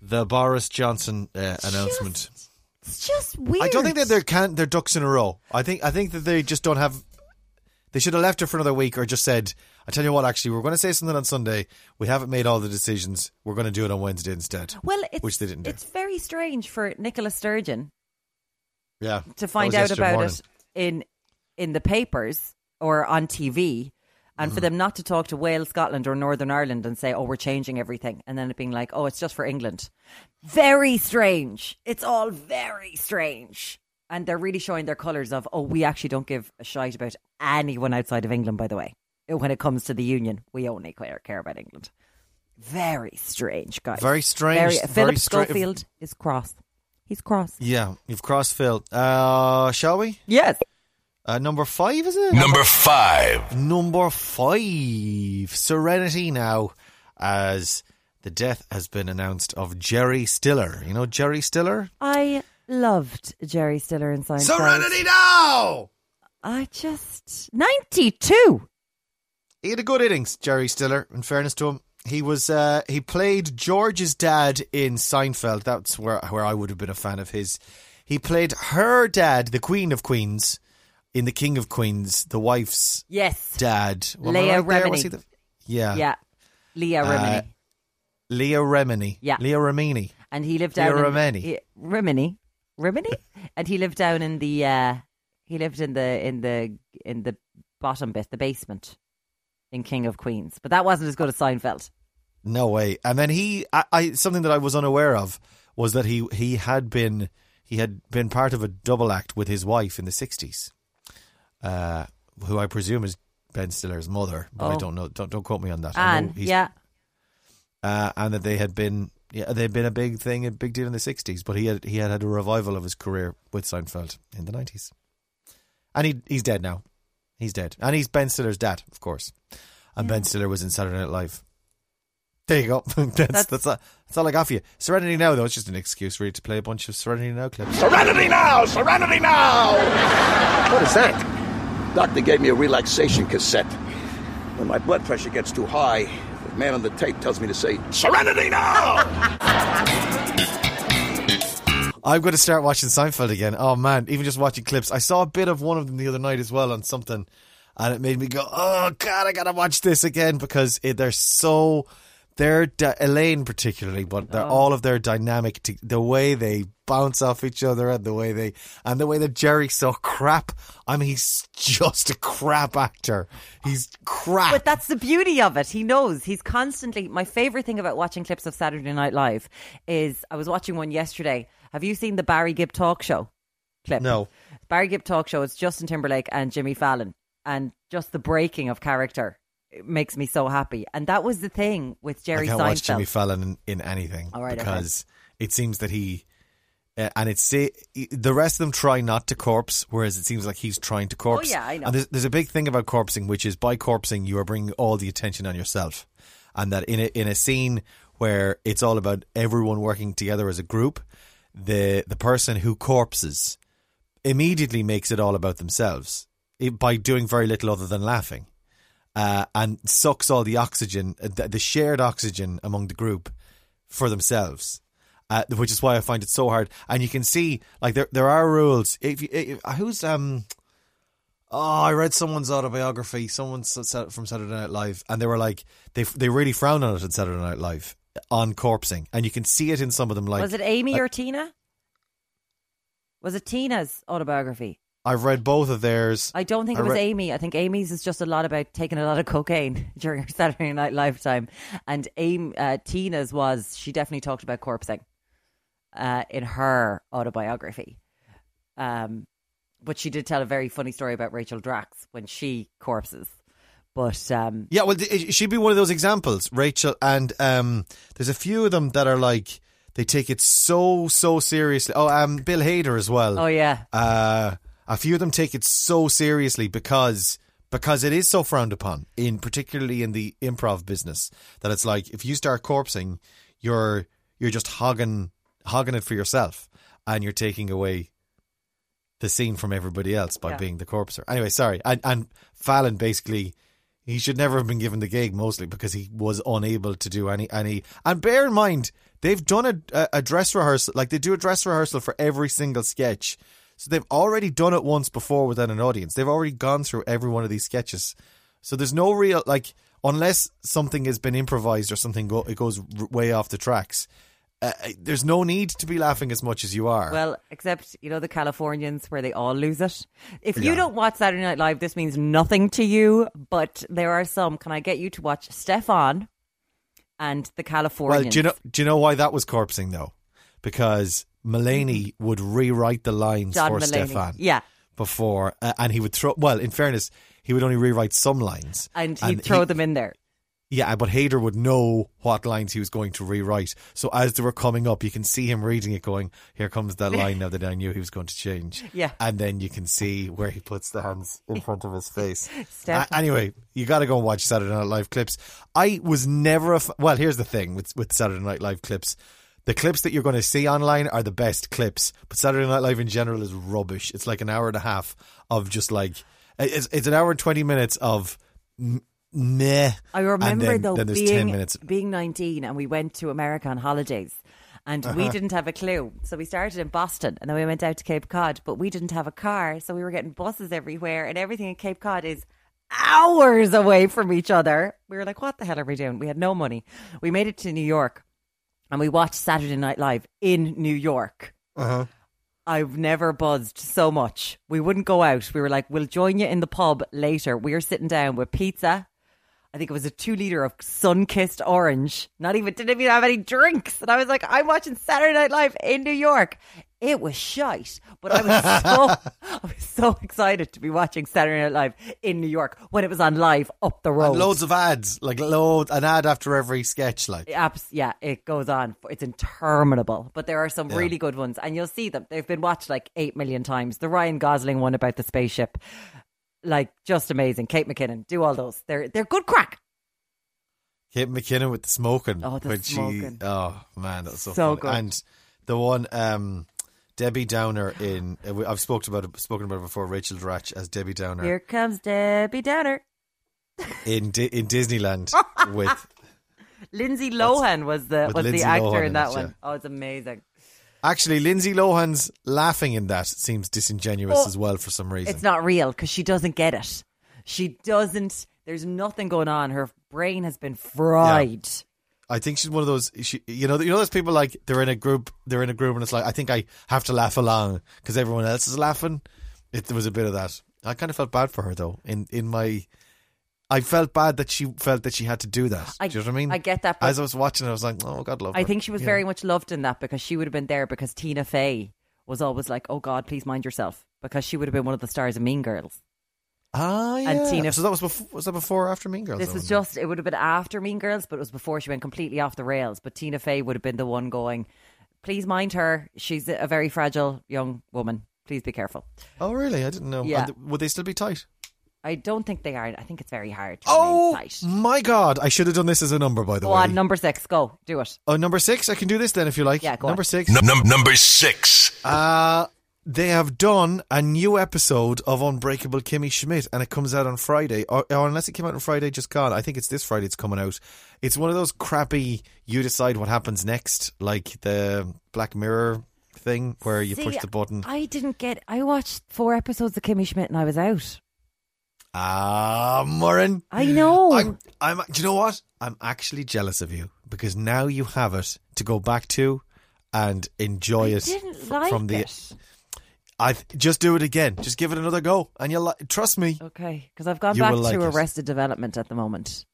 S2: the Boris Johnson uh, announcement
S3: it's just weird.
S2: I don't think that they're can they're ducks in a row. I think I think that they just don't have. They should have left her for another week, or just said, "I tell you what, actually, we're going to say something on Sunday. We haven't made all the decisions. We're going to do it on Wednesday instead."
S3: Well, it's,
S2: which they didn't do.
S3: It's very strange for Nicola Sturgeon
S2: Yeah,
S3: to
S2: that
S3: find
S2: was
S3: out
S2: yesterday
S3: about
S2: morning.
S3: it in in the papers or on TV, and
S2: Mm-hmm.
S3: for them not to talk to Wales, Scotland, or Northern Ireland and say, "Oh, we're changing everything," and then it being like, "Oh, it's just for England." Very strange. It's all very strange, and they're really showing their colours of, "Oh, we actually don't give a shite about anyone outside of England." By the way, when it comes to the union, we only care, care about England. Very strange, guys.
S2: Very strange,
S3: Very,
S2: very
S3: Philip
S2: stra-
S3: Schofield is cross. He's cross.
S2: Yeah, you've crossed Phil. Uh, shall we?
S3: Yes.
S2: Uh, number five is it?
S4: Number five.
S2: Number five, Serenity now, as the death has been announced of Jerry Stiller. You know Jerry Stiller.
S3: I loved Jerry Stiller in Science.
S2: Serenity now.
S3: I just 92.
S2: he had a good innings, Jerry Stiller. In fairness to him, he was uh, he played George's dad in Seinfeld. That's where where I would have been a fan of his. He played her dad, the Queen of Queens, in the King of Queens, the wife's
S3: Yes.
S2: dad. Am I
S3: Leah
S2: right there? Was
S3: Remini.
S2: he the- yeah,
S3: yeah. Leah
S2: Uh,
S3: Remini.
S2: Leah Remini.
S3: Yeah.
S2: Leah Remini.
S3: and he lived
S2: Leah
S3: down
S2: Remini.
S3: in I- Remini.
S2: *laughs*
S3: Remini? and he lived down in the uh he lived in the in the in the bottom bit, the basement in King of Queens. But that wasn't as good as Seinfeld.
S2: No way. And then he, I, I something that I was unaware of was that he he had been he had been part of a double act with his wife in the sixties, uh, who I presume is Ben Stiller's mother, but I
S3: Oh.
S2: don't know. Don't don't quote me on that. I know
S3: And
S2: he's-
S3: yeah.
S2: uh, and that they had been yeah they'd been a big thing, a big deal in the sixties. But he had he had had a revival of his career with Seinfeld in the nineties, and he he's dead now. He's dead, and he's Ben Stiller's dad, of course. And Ben Stiller was in Saturday Night Live. There you go. *laughs* that's that's
S3: That's-
S2: that's, all, that's all I got for you. Serenity Now though, it's just an excuse really to play a bunch of Serenity Now clips.
S8: Serenity now! Serenity now! What is that? Doctor gave me a relaxation cassette. When my blood pressure gets too high, the man on the tape tells me to say, Serenity now!
S2: I'm going to start watching Seinfeld again. Oh man, even just watching clips. I saw a bit of one of them the other night as well on something, and it made me go, "Oh god, I gotta watch this again" because it, they're so. They're di- Elaine particularly, but
S3: Oh.
S2: they're all of their dynamic, t- the way they bounce off each other, and the way they and the way that Jerry's so crap. I mean, he's just a crap actor. He's crap.
S3: *laughs* But that's the beauty of it. He knows. He's constantly. My favorite thing about watching clips of Saturday Night Live is I was watching one yesterday. Have you seen the Barry Gibb talk show clip?
S2: No.
S3: Barry Gibb talk show. It's Justin Timberlake and Jimmy Fallon, and just the breaking of character it makes me so happy. And that was the thing with Jerry
S2: I can't
S3: Seinfeld.
S2: watch Jimmy Fallon in, in anything
S3: All right, okay.
S2: because it seems that he uh, and it's say, the rest of them try not to corpse, whereas it seems like he's trying to corpse.
S3: Oh, yeah, I know.
S2: And there's, there's a big thing about corpsing, which is by corpsing you are bringing all the attention on yourself, and that in a, in a scene where it's all about everyone working together as a group, the the person who corpses immediately makes it all about themselves eh, by doing very little other than laughing uh, and sucks all the oxygen, uh, th- the shared oxygen among the group for themselves. Uh, which is why I find it so hard. And you can see, like there there are rules. If, you, if who's um Oh, I read someone's autobiography, someone s- s- from Saturday Night Live, and they were like, they f- they really frown on it on Saturday Night Live on corpsing, and you can see it in some of them. Like,
S3: was it Amy or Tina? Was it Tina's autobiography?
S2: I've read both of theirs.
S3: I don't think
S2: I
S3: it was
S2: re-
S3: Amy. I think Amy's is just a lot about taking a lot of cocaine *laughs* during her Saturday Night Live time. And Aim, uh, Tina's was, she definitely talked about corpsing uh, in her autobiography. Um, but she did tell a very funny story about Rachel Drax when she corpses. But um,
S2: yeah, well, th- she'd be one of those examples, Rachel, and um, there's a few of them that are like they take it so so seriously. Oh, um, Bill Hader as well.
S3: oh, yeah.
S2: uh, a few of them take it so seriously because because it is so frowned upon in particularly in the improv business that it's like if you start corpsing you're you're just hogging hogging it for yourself and you're taking away the scene from everybody else by
S3: Yeah.
S2: being the corpser anyway sorry and, and Fallon basically he should never have been given the gig mostly because he was unable to do any any and bear in mind they've done a, a, a dress rehearsal like they do a dress rehearsal for every single sketch so they've already done it once before without an audience they've already gone through every one of these sketches so there's no real like unless something has been improvised or something go, it goes r- way off the tracks uh, uh, there's no need to be laughing as much as you are
S3: Well, except you know the Californians where they all lose it. If you
S2: Yeah.
S3: don't watch Saturday Night Live, this means nothing to you. But there are some. Can I get you to watch Stefan and the
S2: Well,
S3: Californians?
S2: do you know? Do you know why that was corpsing though? Because Mulaney would rewrite the lines
S3: Mm-hmm. John
S2: for
S3: Mulaney.
S2: Stefan
S3: Yeah,
S2: before, uh, and he would throw. Well, in fairness, he would only rewrite some lines,
S3: and he'd throw
S2: he-
S3: them in there.
S2: Yeah, uh, but Hader would know what lines he was going to rewrite. So as they were coming up, you can see him reading it, going, "Here comes that line." Now that I knew he was going to change.
S3: Yeah.
S2: and then you can see where he puts the hands in front of his face.
S3: Stefan.
S2: A- anyway, you got to go and watch Saturday Night Live clips. I was never a f- well. Here's the thing with with Saturday Night Live clips. The clips that you're going to see online are the best clips, but Saturday Night Live in general is rubbish. It's like an hour and a half of just like it's, it's an hour and twenty minutes of m- meh.
S3: I
S2: and
S3: remember
S2: then,
S3: though
S2: then there's
S3: being
S2: ten minutes.
S3: being 19 and we went to America on holidays and
S2: Uh-huh.
S3: we didn't have a clue. So we started in Boston and then we went out to Cape Cod, but we didn't have a car, so we were getting buses everywhere and everything in Cape Cod is hours away from each other. We were like what the hell are we doing? We had no money. We made it to New York and we watched Saturday Night Live in New York. I've never buzzed so much. We wouldn't go out. We were like, we'll join you in the pub later. We were sitting down with pizza. I think it was a two liter of sun kissed orange. Not even didn't even have any drinks. And I was like, I'm watching Saturday Night Live in New York. It was shite, but I was so *laughs* I was so excited to be watching Saturday Night Live in New York when it was on live up the road.
S2: And loads of ads, like load an ad after every sketch, like
S3: Abs- yeah, it goes on. It's interminable, but there are some
S2: Yeah.
S3: really good ones, and you'll see them. They've been watched like eight million times. The Ryan Gosling one about the spaceship, like just amazing. Kate McKinnon, do all those. They're they're good crack.
S2: Kate McKinnon with the smoking.
S3: Oh, the
S2: when she-
S3: smoking.
S2: oh man, that's so,
S3: So
S2: funny.
S3: good.
S2: And the one um, Debbie Downer in uh, we- I've spoken about it, spoken about it before. Rachel Dratch as Debbie Downer
S3: Here comes Debbie Downer.
S2: in Di- in
S3: *laughs*
S2: Disneyland with.
S3: Lindsay Lohan was the
S2: with
S3: was the
S2: Lindsay
S3: actor
S2: Lohan
S3: in
S2: in
S3: that
S2: it,
S3: one.
S2: yeah.
S3: Oh, it's amazing.
S2: Actually, Lindsay Lohan's laughing in that seems disingenuous
S3: Oh,
S2: as well for some reason.
S3: It's not real because she doesn't get it. She doesn't. There's nothing going on. Her brain has been fried.
S2: I think she's one of those. She, you know, you know those people like they're in a group, they're in a group, and it's like I think I have to laugh along because everyone else is laughing. It there was a bit of that. I kind of felt bad for her though. In in my, I felt bad that she felt that she had to do that.
S3: I-
S2: do you know what I mean?
S3: I get that, but-
S2: As I was watching, I was like, oh God, love.
S3: I
S2: her.
S3: think she was
S2: You
S3: very
S2: know?
S3: much loved in that because she would have been there because Tina Fey was always like, "Oh God, please mind yourself," because she would have been one of the stars of Mean Girls.
S2: Ah, yeah.
S3: and Tina-
S2: So that was before. Was that before or after Mean Girls?
S3: This
S2: though,
S3: was
S2: wasn't it?
S3: just it would have been after Mean Girls, but it was before she went completely off the rails. But Tina Fey would have been the one going, "Please mind her. She's a very fragile young woman. Please be careful."
S2: Oh really? I didn't know.
S3: Yeah.
S2: And th- would they still be tight?
S3: I don't think they are. I think it's very hard. To
S2: Oh
S3: remain tight.
S2: my God! I should have done this as a number, by the
S3: Go
S2: way.
S3: on, number six. Go do it.
S2: oh, number six. I can do this then if you like.
S3: Yeah, go on.
S2: number six.
S4: Num- num- number six.
S2: Uh they have done a new episode of Unbreakable Kimmy Schmidt, and it comes out on Friday, or, or unless it came out on Friday, just gone. I think it's this Friday. It's coming out. It's one of those crappy. You decide what happens next, like the Black Mirror thing, where you push
S3: See,
S2: the button.
S3: I didn't get. I watched four episodes of Kimmy Schmidt and I was out.
S2: Ah, Murren. *gasps*
S3: I know.
S2: I'm, I'm. Do you know what? I'm actually jealous of you because now you have it to go back to and enjoy it
S3: didn't
S2: f-
S3: like
S2: from the.
S3: it.
S2: I th- just do it again. Just give it another go, and you'll li- trust
S3: Oh,
S2: me.
S3: Okay, because I've gone
S2: You
S3: back
S2: will like
S3: to
S2: it.
S3: Arrested Development at the moment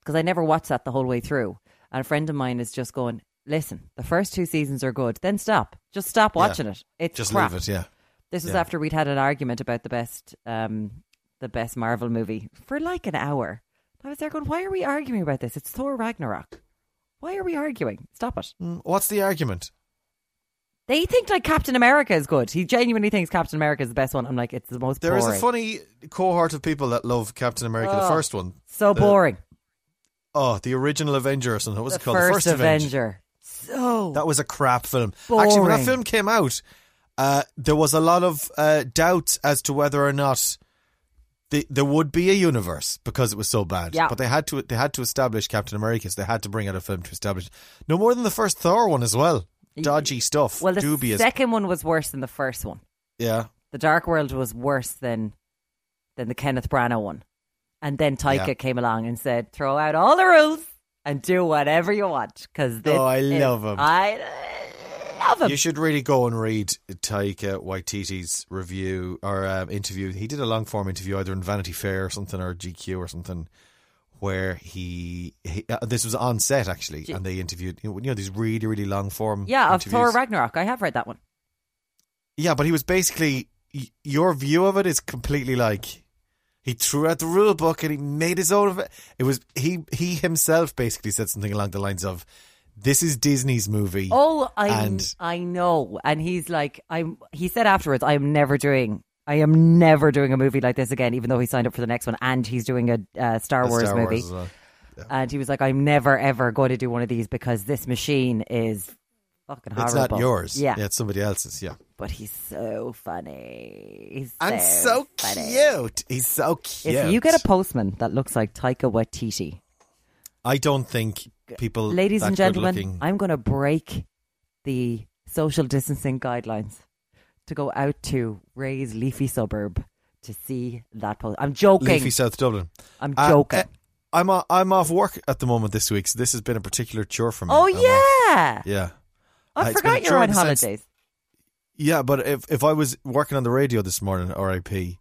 S3: because I never watched that the whole way through. And a friend of mine is just going, "Listen, the first two seasons are good. Then stop. Just stop watching it. It's
S2: Just
S3: crap.
S2: leave it. Yeah.
S3: This was
S2: Yeah.
S3: after we'd had an argument about the best, um, the best Marvel movie for like an hour. I was there going, "Why are we arguing about this? It's Thor Ragnarok. Why are we arguing? Stop it."
S2: Mm, What's the argument?
S3: They think like Captain America is good. He genuinely thinks Captain America is the best one. I'm like, it's the most
S2: There is
S3: boring.
S2: a funny cohort of people that love Captain America, the
S3: Oh.
S2: first one.
S3: so
S2: The-
S3: boring.
S2: Oh, the original Avenger or something. What was
S3: the
S2: it called?
S3: first,
S2: the first Avenger.
S3: So
S2: That was a crap film. Actually, when that
S3: Boring.
S2: film came out, uh, there was a lot of uh, doubts as to whether or not the, there would be a universe because it was so bad.
S3: Yeah.
S2: But they had to they had to establish Captain America, so they had to bring out a film to establish. No more than the first Thor one as well. Dodgy stuff.
S3: well, the
S2: dubious.
S3: second one was worse than the first one.
S2: yeah.
S3: The Dark World was worse than than the Kenneth Branagh one. And then Taika
S2: Yeah.
S3: came along and said, "Throw out all the rules and do whatever you want." Because
S2: Oh, I love him.
S3: I love him.
S2: You should really go and read Taika Waititi's review or um, interview. He did a long form interview either in Vanity Fair or something or GQ or something, where he, he uh, this was on set actually, and they interviewed you know, you know, these really really long form
S3: yeah, of Thor
S2: interviews.
S3: Ragnarok, I have read that one.
S2: yeah, but he was basically y- your view of it is completely like he threw out the rule book and he made his own of it. It was he he himself basically said something along the lines of, "This is Disney's movie."
S3: Oh, I
S2: And-
S3: I know. And he's like, I'm. He said afterwards, I am never doing. I am never doing a movie like this again. Even though he signed up for the next one, and he's doing a uh, Star
S2: The
S3: Wars
S2: Star
S3: movie.
S2: as well.
S3: And he was like, I'm never ever going to do one of these because this machine is fucking horrible.
S2: It's not yours.
S3: Yeah.
S2: it's somebody else's. Yeah.
S3: But he's so funny. He's
S2: I'm so,
S3: funny.
S2: cute. He's so cute.
S3: If you get a postman that looks like Taika Waititi,
S2: I don't think people,
S3: ladies
S2: that
S3: and gentlemen,
S2: good-looking-
S3: I'm going to break the social distancing guidelines to go out to Ray's leafy suburb to see that post. I'm joking.
S2: leafy South Dublin.
S3: I'm
S2: Uh,
S3: joking.
S2: uh, I'm o- I'm off work at the moment this week, so this has been a particular chore for me.
S3: oh
S2: I'm off-
S3: yeah,
S2: yeah, Uh,
S3: I
S2: it's been a
S3: forgot you're
S2: chore in
S3: on
S2: the sense-
S3: holidays.
S2: yeah. But if if I was working on the radio this morning, RIP,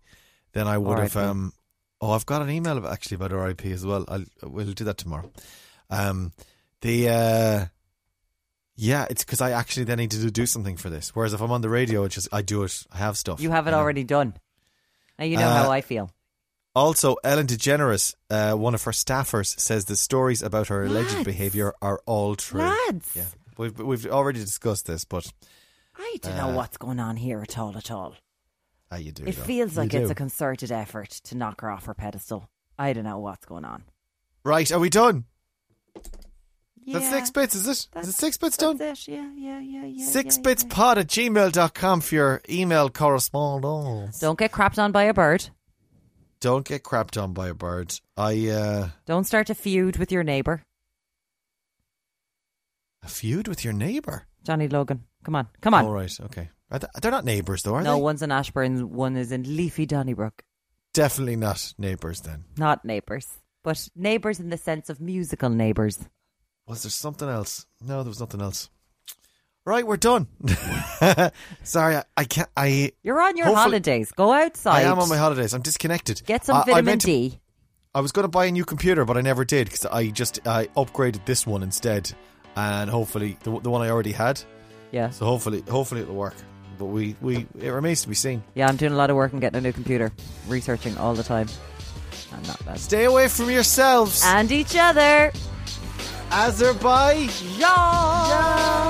S2: then I would have.
S3: RIP.
S2: Um, oh, I've got an email about, actually about RIP as well. I'll we'll do that tomorrow. Um, the uh, yeah, it's because I actually then need to do something for this. Whereas if I'm on the radio, it's just I do it. I have stuff.
S3: You have it
S2: And I-
S3: already done. Now you know
S2: Uh,
S3: how I feel.
S2: Also, Ellen DeGeneres, uh, one of her staffers, says the stories about her alleged
S3: Lads.
S2: behaviour are all true.
S3: Lads.
S2: Yeah, we've we've already discussed this, but
S3: I don't know what's going on here at all. At all,
S2: ah, Uh, you do.
S3: it
S2: though.
S3: feels
S2: You
S3: like it's
S2: do.
S3: a concerted effort to knock her off her pedestal. I don't know what's going on.
S2: right. Are we done? That's
S3: Yeah,
S2: six bits, is it? Is
S3: that's-
S2: it six bits
S3: that's
S2: done?
S3: it. Yeah, yeah, yeah, yeah.
S2: six
S3: yeah,
S2: bits
S3: yeah.
S2: pod at gmail.com for your email correspondence.
S3: Don't get crapped on by a bird.
S2: Don't get crapped on by a bird. I uh,
S3: Don't start a feud with your neighbor,
S2: a feud with your neighbour.
S3: Johnny Logan. Come on, come on.
S2: All right, okay. Are th- they're not neighbours though, are
S3: no,
S2: they?
S3: one's in Ashburn, one is in leafy Donnybrook.
S2: Definitely not neighbours. Then
S3: Not neighbours, but neighbours in the sense of musical neighbours.
S2: Was there something else? No, there was nothing else. Right, we're done. *laughs* Sorry, I, I can't. I
S3: You're on your
S2: Hopefully-
S3: holidays. Go outside.
S2: I am on my holidays. I'm disconnected.
S3: Get some
S2: I- I,
S3: vitamin
S2: meant to-
S3: D.
S2: I was going to buy a new computer, but I never did because I just I upgraded this one instead, and hopefully the, the one I already had.
S3: Yeah.
S2: So hopefully, hopefully it'll work. But we we it remains to be seen.
S3: Yeah, I'm doing a lot of work and getting a new computer, researching all the time. I'm not bad.
S2: Stay away from
S3: Uh,
S2: yourselves,
S3: And each other.
S2: Azerbaijan.
S3: Jean.